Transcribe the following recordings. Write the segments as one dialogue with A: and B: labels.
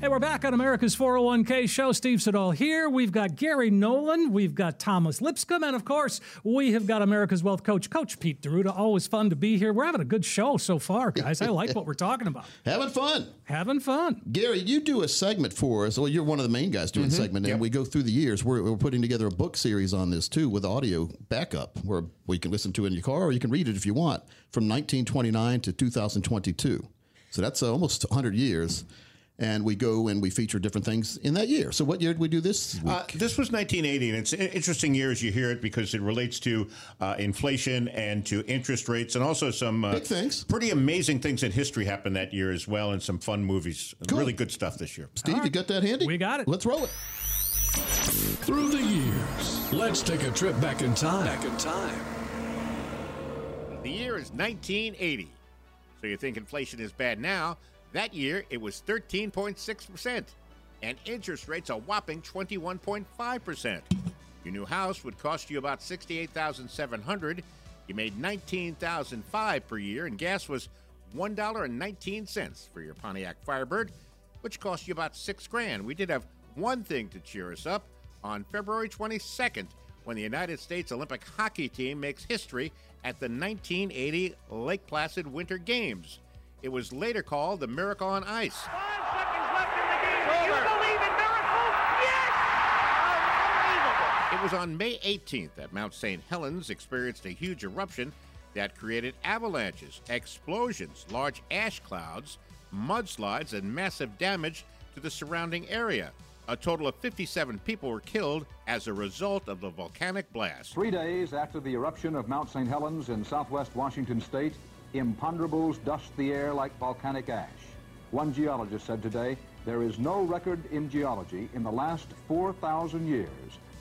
A: Hey, we're back on America's 401k show. Steve Siddall here. We've got Gary Nolan. We've got Thomas Lipscomb. And of course, we have got America's Wealth Coach, Coach Pete Deruta. Always fun to be here. We're having a good show so far, guys. I like what we're talking about.
B: Having fun.
A: Having fun.
B: Gary, you do a segment for us. Well, you're one of the main guys doing mm-hmm. segment. And yep. we go through the years. We're, we're, putting together a book series on this too with audio backup where we can listen to it in your car or you can read it if you want from 1929 to 2022. So that's uh, almost 100 years and we go and we feature different things in that year. So, what year did we do this?
C: Uh, this was 1980, and it's an interesting year as you hear it because it relates to uh, inflation and to interest rates, and also some uh,
B: big things.
C: Pretty amazing things in history happened that year as well, and some fun movies. Cool. Really good stuff this year.
B: Steve, right. you got that handy?
A: We got it.
B: Let's roll it.
D: Through the years, let's take a trip back in time.
E: Back in time. The year is 1980. So you think inflation is bad now? That year, it was 13.6%, and interest rates a whopping 21.5%. Your new house would cost you about 68700 You made 19005 per year, and gas was $1.19 for your Pontiac Firebird, which cost you about six grand. We did have one thing to cheer us up on February 22nd when the United States Olympic hockey team makes history at the 1980 Lake Placid Winter Games. It was later called the Miracle on Ice.
F: Five seconds left in the game. Do you believe in miracles? Yes! Unbelievable.
E: It was on May 18th that Mount St. Helens experienced a huge eruption that created avalanches, explosions, large ash clouds, mudslides, and massive damage to the surrounding area. A total of 57 people were killed as a result of the volcanic blast.
G: Three days after the eruption of Mount St. Helens in southwest Washington state, Imponderables dust the air like volcanic ash. One geologist said today, there is no record in geology in the last 4,000 years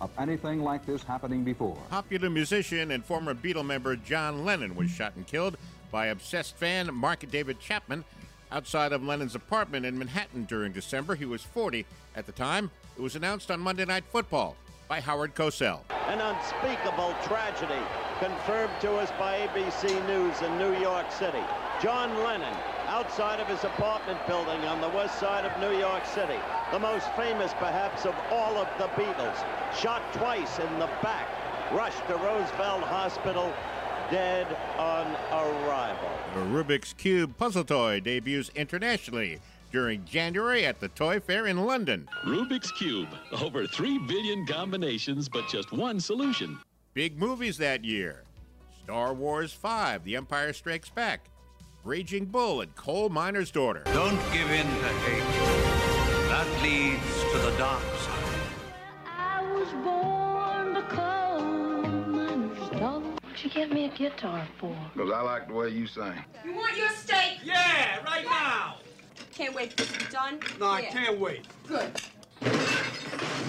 G: of anything like this happening before.
E: Popular musician and former Beatle member John Lennon was shot and killed by obsessed fan Mark David Chapman outside of Lennon's apartment in Manhattan during December. He was 40 at the time. It was announced on Monday Night Football by Howard Cosell.
H: An unspeakable tragedy confirmed to us by ABC News in New York City. John Lennon, outside of his apartment building on the west side of New York City, the most famous perhaps of all of the Beatles, shot twice in the back, rushed to Roosevelt Hospital, dead on arrival.
E: The Rubik's Cube puzzle toy debuts internationally during January at the Toy Fair in London.
I: Rubik's Cube, over 3 billion combinations, but just one solution.
E: Big movies that year Star Wars 5, The Empire Strikes Back, Raging Bull, and Coal Miner's Daughter.
J: Don't give in to hate. That leads to the dark side.
K: you get me a guitar for?
L: Because I like the way you sing.
M: You want your steak?
N: Yeah, right now.
M: Can't wait for this to be done.
N: No, I yeah. can't wait.
M: Good.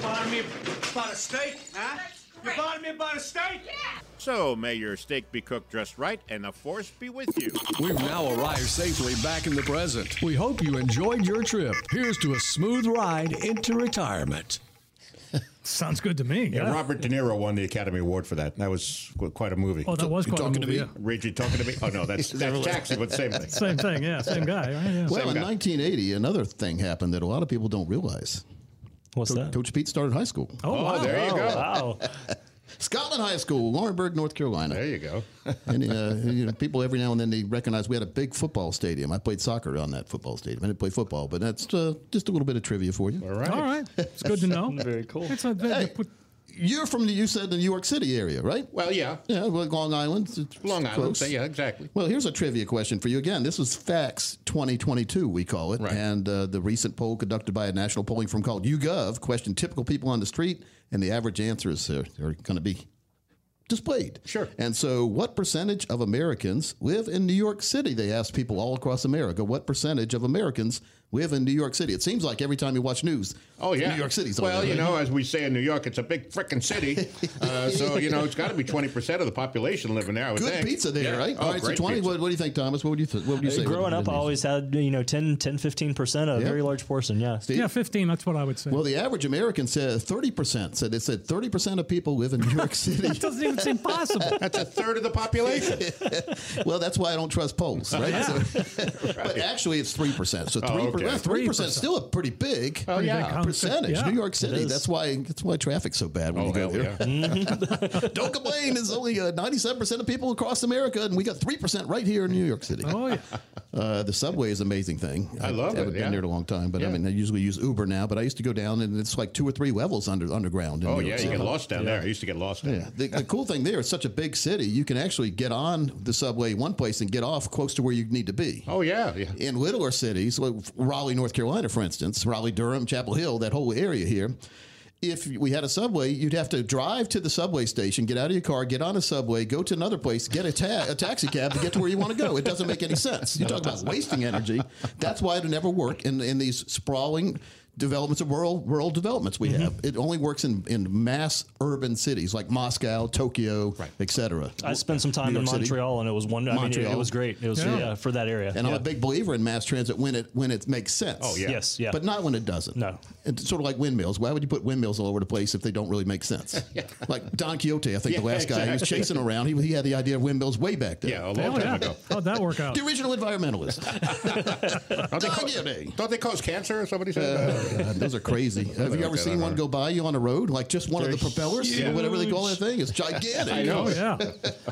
N: Buying me about a steak, huh? You buying me about a steak?
M: Yeah.
E: So may your steak be cooked just right, and the force be with you.
D: We've now arrived safely back in the present. We hope you enjoyed your trip. Here's to a smooth ride into retirement.
A: Sounds good to me.
C: Yeah, yeah, Robert De Niro won the Academy Award for that. That was quite a movie.
A: Oh, that was
C: you
A: quite
C: talking
A: a movie.
C: To me? Yeah. Reggie talking to me? Oh no, that's that's Jackson, but same thing.
A: Same thing, yeah, same guy. Right? Yeah.
B: Well,
A: same
B: in
A: guy.
B: 1980, another thing happened that a lot of people don't realize.
A: What's
B: Co-
A: that?
B: Coach Pete started high school.
A: Oh, oh wow.
C: there you go.
A: Wow.
B: Scotland High School, Lawrenceburg, North Carolina.
C: There you go.
B: and uh, you know, people every now and then they recognize we had a big football stadium. I played soccer on that football stadium. I didn't play football, but that's uh, just a little bit of trivia for you.
C: All right,
A: all right. It's good to know.
O: Very cool.
A: It's a,
B: Hey, you're from the you said the New York City area, right?
C: Well, yeah,
B: yeah, well, Long Island. It's
C: Long Island.
B: close.
C: So yeah, exactly.
B: Well, here's a trivia question for you again. This is Facts 2022, we call it,
C: Right.
B: and uh, the recent poll conducted by a national polling firm called YouGov questioned typical people on the street, and the average answers are, are going to be displayed.
C: Sure.
B: And so, what percentage of Americans live in New York City? They asked people all across America. What percentage of Americans live in New York City. It seems like every time you watch news,
C: Oh yeah,
B: New York City's on
C: Well,
B: there,
C: you
B: right?
C: know, as we say in New York, it's a big frickin' city. Uh, so you know, it's got to be twenty percent of the population living there. I would
B: good
C: think.
B: pizza there,
C: Yeah.
B: right?
C: Oh,
B: All right, so
C: great
B: 20,
C: pizza.
B: what, what do you think, Thomas? What would you, th- what would you say?
L: Growing up, I always had you know 10, 10 15 percent, a
B: Yeah.
L: very large portion. Yeah,
B: Yeah,
A: 15, that's what I would say.
B: Well, the average American said 30%. Said they said 30% of people live in New York City.
A: that doesn't even seem possible.
C: That's a third of the population.
B: well, that's why I don't trust polls, right? So- But actually, it's 3%. So 3%,
C: Oh, okay.
B: 3% is still a pretty big,
C: Oh, yeah. Pretty big
B: percentage.
C: concept, yeah.
B: New York
C: It
B: City.
C: is.
B: That's why that's why traffic's so bad when
C: Oh,
B: you go
C: hell
B: there. don't complain. There's only uh, 97% of people across America, and we got 3% right here in New York City.
A: Oh, yeah.
B: Uh, the subway is an amazing thing.
C: I love it,
B: haven't been
C: yeah.
B: there in a long time, but I
C: Yeah.
B: mean, I usually use Uber now, but I used to go down, and it's like two or three levels under underground. In
C: Oh
B: New
C: yeah,
B: York
C: you get
B: City.
C: lost down
B: Mm-hmm. Yeah.
C: there. I used to get lost down
B: Yeah. The, the cool thing there, it's such a big city, you can actually get on the subway one place and get off close to where you need to be.
C: Oh, yeah. yeah.
B: In littler cities, like Raleigh, North Carolina, for instance, Raleigh, Durham, Chapel Hill, that whole area here. If we had a subway, you'd have to drive to the subway station, get out of your car, get on a subway, go to another place, get a, ta- a taxi cab to get to where you want to go. It doesn't make any sense. You talk about wasting energy. That's why it'll never work in, in these sprawling developments of rural rural developments we have. It only works in, in mass urban cities like Moscow, Tokyo, etc.
L: I spent some time
B: New
L: in
B: York City.
L: Montreal, and it was one. I mean, it- it,
B: Montreal.
L: was great. It was yeah.
B: Yeah.
L: for that area.
B: And
L: yeah.
B: I'm a big believer in mass transit when it when it makes sense.
L: Oh, yeah. Yes, yeah.
B: But not when it doesn't. No. It's sort of like windmills. Why would you put windmills all over the place if they don't really make sense? Like Don Quixote, I think
C: Yeah,
B: the last guy he was
C: exactly.
B: chasing around, he, he had the idea of windmills way back then.
C: Yeah, a long Oh, time yeah. ago.
A: How'd that work out?
B: The original environmentalist.
C: Don't, they cause, don't they cause cancer? Somebody said. Uh,
B: Oh, God, those are crazy. Have you
C: look
B: ever
C: that
B: seen
C: up,
B: one
C: huh?
B: go by you on a road? Like just one of
L: They're
B: the propellers or whatever they call that
L: huge.
B: thing? It's gigantic.
L: I know. Oh, yeah.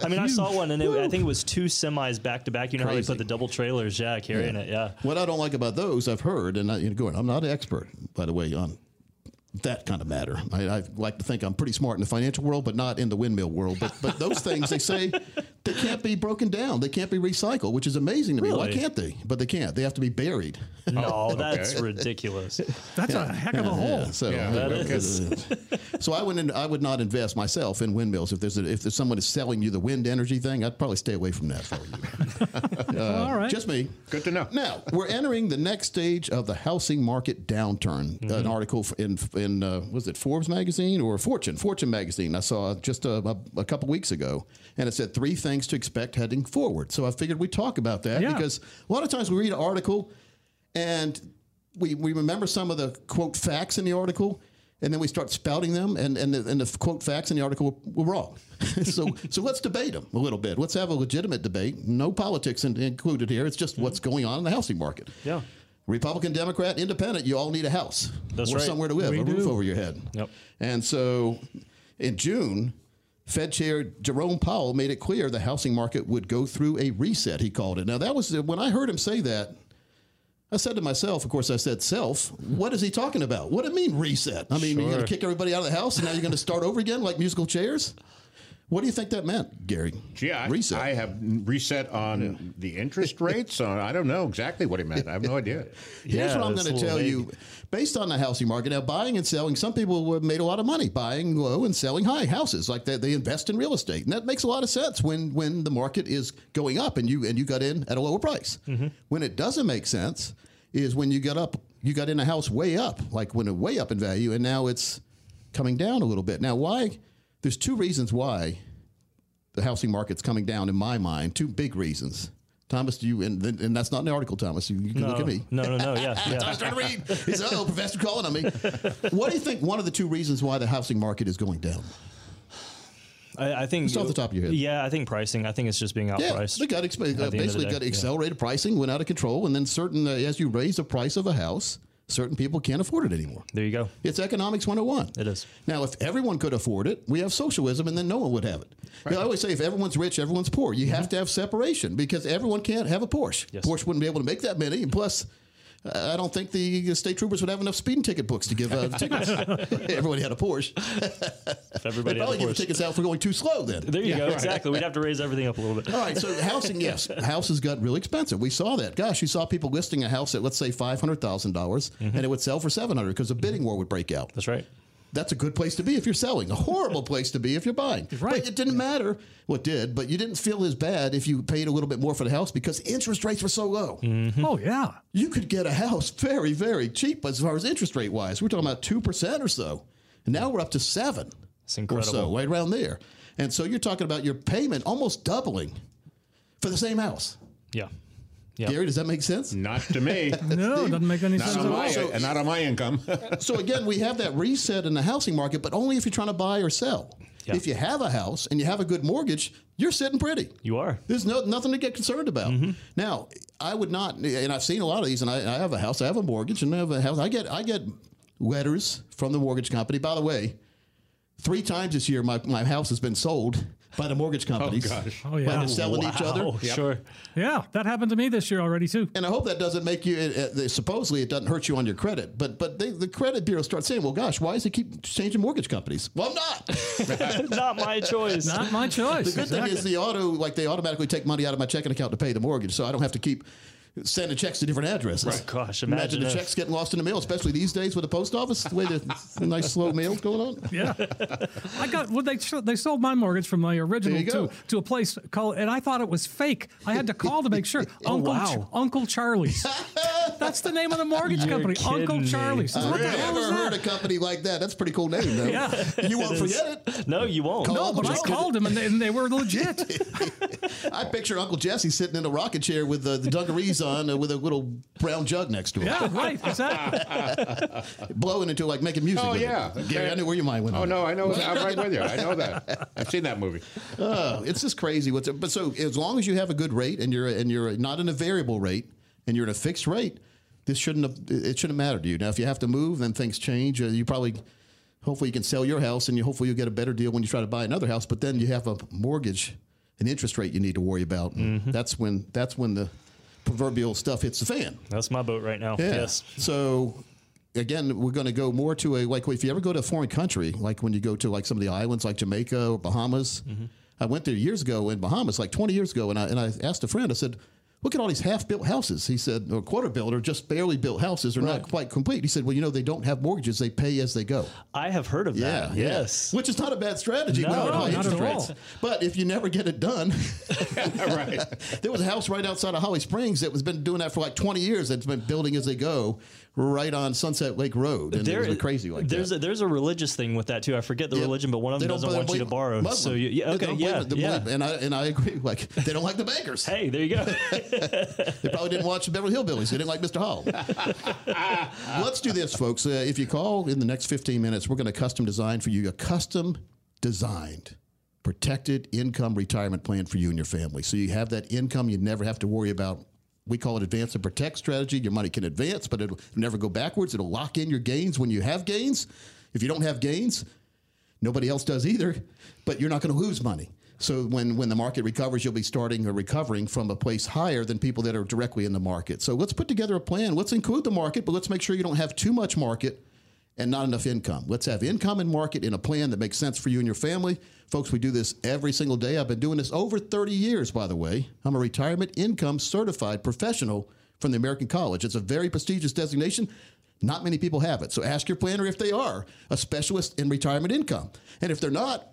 L: I mean, I saw one, and it, I think it was two semis back to back. You know how they
B: Crazy.
L: put the double trailers, yeah, carrying it, yeah.
B: What I don't like about those, I've heard, and I, you know, going, I'm not an expert, by the way, on that kind of matter. I, I like to think I'm pretty smart in the financial world, but not in the windmill world. But but those things, they say they can't be broken down, they can't be recycled, which is amazing to me. Why
L: Really? Oh,
B: can't they? But they can't. They have to be buried.
L: No, that's ridiculous.
A: That's a heck of a hole.
B: So,
L: Yeah, that is.
B: so I wouldn't. I would not invest myself in windmills if there's a, if there's someone is selling you the wind energy thing. I'd probably stay away from that for you. Uh,
A: Um,
C: All right.
B: just me.
C: Good to know.
B: Now we're entering the next stage of the housing market downturn. Uh, An
C: Mm-hmm.
B: article f- in in uh, was it Forbes magazine or Fortune Fortune magazine I saw just uh, a, a, a couple weeks ago, and it said three things to expect heading forward. So I figured we'd talk about that
A: Yeah.
B: because a lot of times we read an article and we, we remember some of the quote facts in the article and then we start spouting them and, and, the, and the quote facts in the article were, were wrong so so let's debate them a little bit let's have a legitimate debate no politics in, included here it's just what's going on in the housing market
L: Yeah.
B: Republican, Democrat, Independent, you all need a house
L: That's
B: or
L: right.
B: somewhere to live,
L: We
B: a roof
L: do.
B: over your head.
L: Yep.
B: And so in June, Fed Chair Jerome Powell made it clear the housing market would go through a reset, he called it. Now, that was when I heard him say that. I said to myself, of course, I said, self, what is he talking about? What do you mean reset? I mean, you're going to
L: Sure.
B: kick everybody out of the house and now you're going to start over again like musical chairs? What do you think that meant, Gary?
C: yeah, I, reset. I have reset on the interest rates. On I don't know exactly what he meant. I have no idea.
B: Here's what I'm going to tell you based on the housing market. Now, buying and selling, some people have made a lot of money buying low and selling high houses. Like they, they invest in real estate. And that makes a lot of sense when, when the market is going up and you and you got in at a lower price. When it doesn't make sense is when you got up, you got in a house way up, like when it way up in value, and now it's coming down a little bit. Now, why? There's two reasons why the housing market's coming down in my mind. Two big reasons. Thomas, do you and, and that's not an article, Thomas. You, you can
L: no,
B: look at me.
L: No, no, no, yeah. yeah.
B: I was trying to read. He said, "Oh, professor calling on me." What do you think? One of the two reasons why the housing market is going down.
L: I, I think
B: Just off the top of your head.
L: Yeah, I think pricing. I think it's just being outpriced.
B: Yeah, they got exp-
L: at the end of the
B: basically
L: day,
B: got
L: yeah.
B: accelerated pricing, went out of control, and then certain uh, as you raise the price of a house, certain people can't afford it anymore.
L: There you go.
B: It's economics 101. It
L: is.
B: Now, if everyone could afford it, we have socialism, and then no one would have it. You know, I always say, if everyone's rich, everyone's poor. You
L: Mm-hmm.
B: have to have separation because everyone can't have a Porsche. Porsche wouldn't be able to make that many, and plus. uh, I don't think the state troopers would have enough speeding ticket books to give out tickets. Everybody had a Porsche.
L: If everybody
B: They'd
L: had a
B: probably give
L: horse.
B: tickets out for going too slow then.
L: There you
B: Yeah,
L: go.
B: right.
L: Exactly. We'd have to raise everything up a little bit.
B: All right, so housing, yes, houses got really expensive. We saw that. Gosh, you saw people
L: Mm-hmm.
B: listing a house at let's say five dollars, and it would sell for seven hundred because a bidding war would break out.
L: That's right.
B: that's a good place to be if you're selling. A horrible place to be if you're buying. Right. But it didn't matter. Well, it did, but you didn't feel as bad if you paid a little bit more for the house because interest rates were so low.
A: Oh yeah,
B: you could get a house very, very cheap as far as interest rate wise. We're talking about two percent or so. And now we're up to seven. It's
L: incredible.
B: Or so, right around there. And so you're talking about your payment almost doubling for the same house.
L: Yeah.
B: Gary, does that make sense?
C: Not to me.
A: no, doesn't make any
C: Not
A: sense
C: on
A: at
C: my-
A: all.
C: uh, not on my income.
B: so again, we have that reset in the housing market, but only if you're trying to buy or sell.
L: Yeah.
B: If you have a house and you have a good mortgage, you're sitting pretty.
L: You are. Mm-hmm.
B: There's no nothing to get concerned about. Now, I would not, and I've seen a lot of these, and I, I have a house, I have a mortgage, and I have a house. I get I get letters from the mortgage company. By the way, three times this year, my, my house has been sold by the mortgage companies.
C: gosh.
A: Oh, yeah.
B: By them selling each other.
L: Wow, Sure.
A: Yeah, that happened to me this year already too.
B: And I hope that doesn't make you. It, it, they- supposedly, it doesn't hurt you on your credit, but but they, the credit bureau starts saying, "Well, gosh, why does it keep changing mortgage companies?" Well, I'm not.
L: Not my choice.
A: Not my
B: the
A: choice.
B: good thing
A: Exactly.
B: is the auto, like they automatically take money out of my checking account to pay the mortgage, so I don't have to keep sending checks to different addresses.
L: Right. Gosh, imagine
B: imagine,
L: if-
B: the checks getting lost in the mail, especially these days with the post office, the way the nice slow mail's going on.
A: Yeah, I got. Well, they sh- they sold my mortgage from my original
B: There you go.
A: to to a place called, and I thought it was fake. I had to call to make sure.
B: Oh,
A: Uncle Ch-
L: wow.
A: Uncle Charlie's. That's the name of the mortgage
L: You're
A: company. Uncle
L: kidding me.
A: Charlie's.
B: I've
A: What the hell
B: never
A: is
B: heard
A: that?
B: a company like that. That's a pretty cool name, though.
A: Yeah.
B: You won't
L: It is.
B: forget it.
L: No, you won't.
B: Call
A: No, but I
B: Just-
A: called them and they, and they were legit.
B: I picture Uncle Jesse sitting in a rocking chair with uh, the dungarees on, uh, with a little brown jug next to him,
A: Yeah, right. Exactly.
B: blowing into like making music.
C: Oh
B: with
C: yeah,
B: it. Gary, I knew where your mind went.
C: Oh
B: on
C: no, I know. that. I'm right with you. I know that. I've seen that movie.
B: that. Oh, it's just crazy. What's but so as long as you have a good rate and you're and you're not in a variable rate and you're in a fixed rate, this shouldn't have, it shouldn't matter to you. Now, if you have to move, then things change. Uh, you probably. Hopefully you can sell your house, and you hopefully you'll get a better deal when you try to buy another house. But then you have a mortgage, an interest rate you need to worry about. and
C: Mm-hmm.
B: That's when that's when the proverbial stuff hits the fan.
L: That's my boat right now.
B: Yeah.
L: Yes.
B: So again, we're going to go more to a like if you ever go to a foreign country, like when you go to like some of the islands like Jamaica or Bahamas. I went there years ago in Bahamas, like 20 years ago, and I and I asked a friend. I said, "Look at all these half-built houses." He said, "Or quarter built, or just barely built houses, are not quite complete." He said, "Well, you know, they don't have mortgages; they pay as they go."
L: I have heard of that. Yes.
B: which is not a bad strategy.
L: No,
B: when you
L: no,
B: high
L: not
B: interest
A: at all.
B: rates. But if you never get it done,
C: right.
B: there was a house right outside of Holly Springs that was been doing that for like 20 years. That's been building as they go, right on Sunset Lake Road, and it was crazy like
L: there's
B: that.
L: A, there's a religious thing with that too. I forget the
B: Yeah.
L: religion, but one of them
B: They don't-
L: doesn't
B: they
L: want you to
B: blame
L: borrow.
B: Muslim.
L: So you, yeah,
B: They
L: okay,
B: don't blame
L: yeah,
B: it. They
L: yeah.
B: blame- and I and I agree. Like they don't like the bankers.
L: Hey, there you go.
B: They probably didn't watch Beverly Hillbillies. They didn't like Mr. Hall. Let's do this, folks. Uh, if you call in the next 15 minutes, we're going to custom design for you a custom designed protected income retirement plan for you and your family. So you have that income you never have to worry about. We call it advance and protect strategy. Your money can advance, but it'll never go backwards. It'll lock in your gains when you have gains. If you don't have gains, Nobody else does either, but you're not going to lose money. So when, when the market recovers, you'll be starting or recovering from a place higher than people that are directly in the market. So let's put together a plan. Let's include the market, but let's make sure you don't have too much market and not enough income. Let's have income and market in a plan that makes sense for you and your family. Folks, we do this every single day. I've been doing this over 30 years, by the way. I'm a retirement income certified professional from the American College. It's a very prestigious designation. Not many people have it. So ask your planner if they are a specialist in retirement income. And if they're not,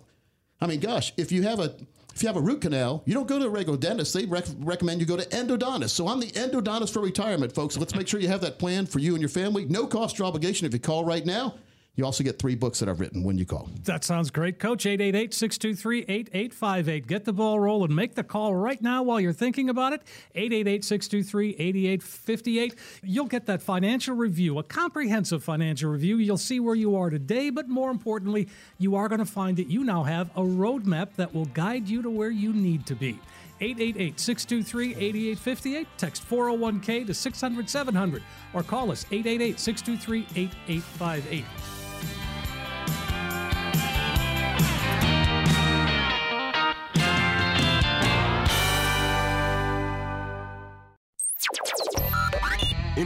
B: I mean, gosh, if you have a if you have a root canal, you don't go to a regular dentist. They rec- recommend you go to endodontist. So I'm the endodontist for retirement, folks. Let's make sure you have that plan for you and your family. No cost or obligation if you call right now. You also get three books that I've written when you call.
A: That sounds great, Coach. 888 623 8858. Get the ball rolling. Make the call right now while you're thinking about it. 888 623 8858. You'll get that financial review, a comprehensive financial review. You'll see where you are today, but more importantly, you are going to find that you now have a roadmap that will guide you to where you need to be. 888 623 8858. Text 401k to 600 700 or call us 888 623 8858.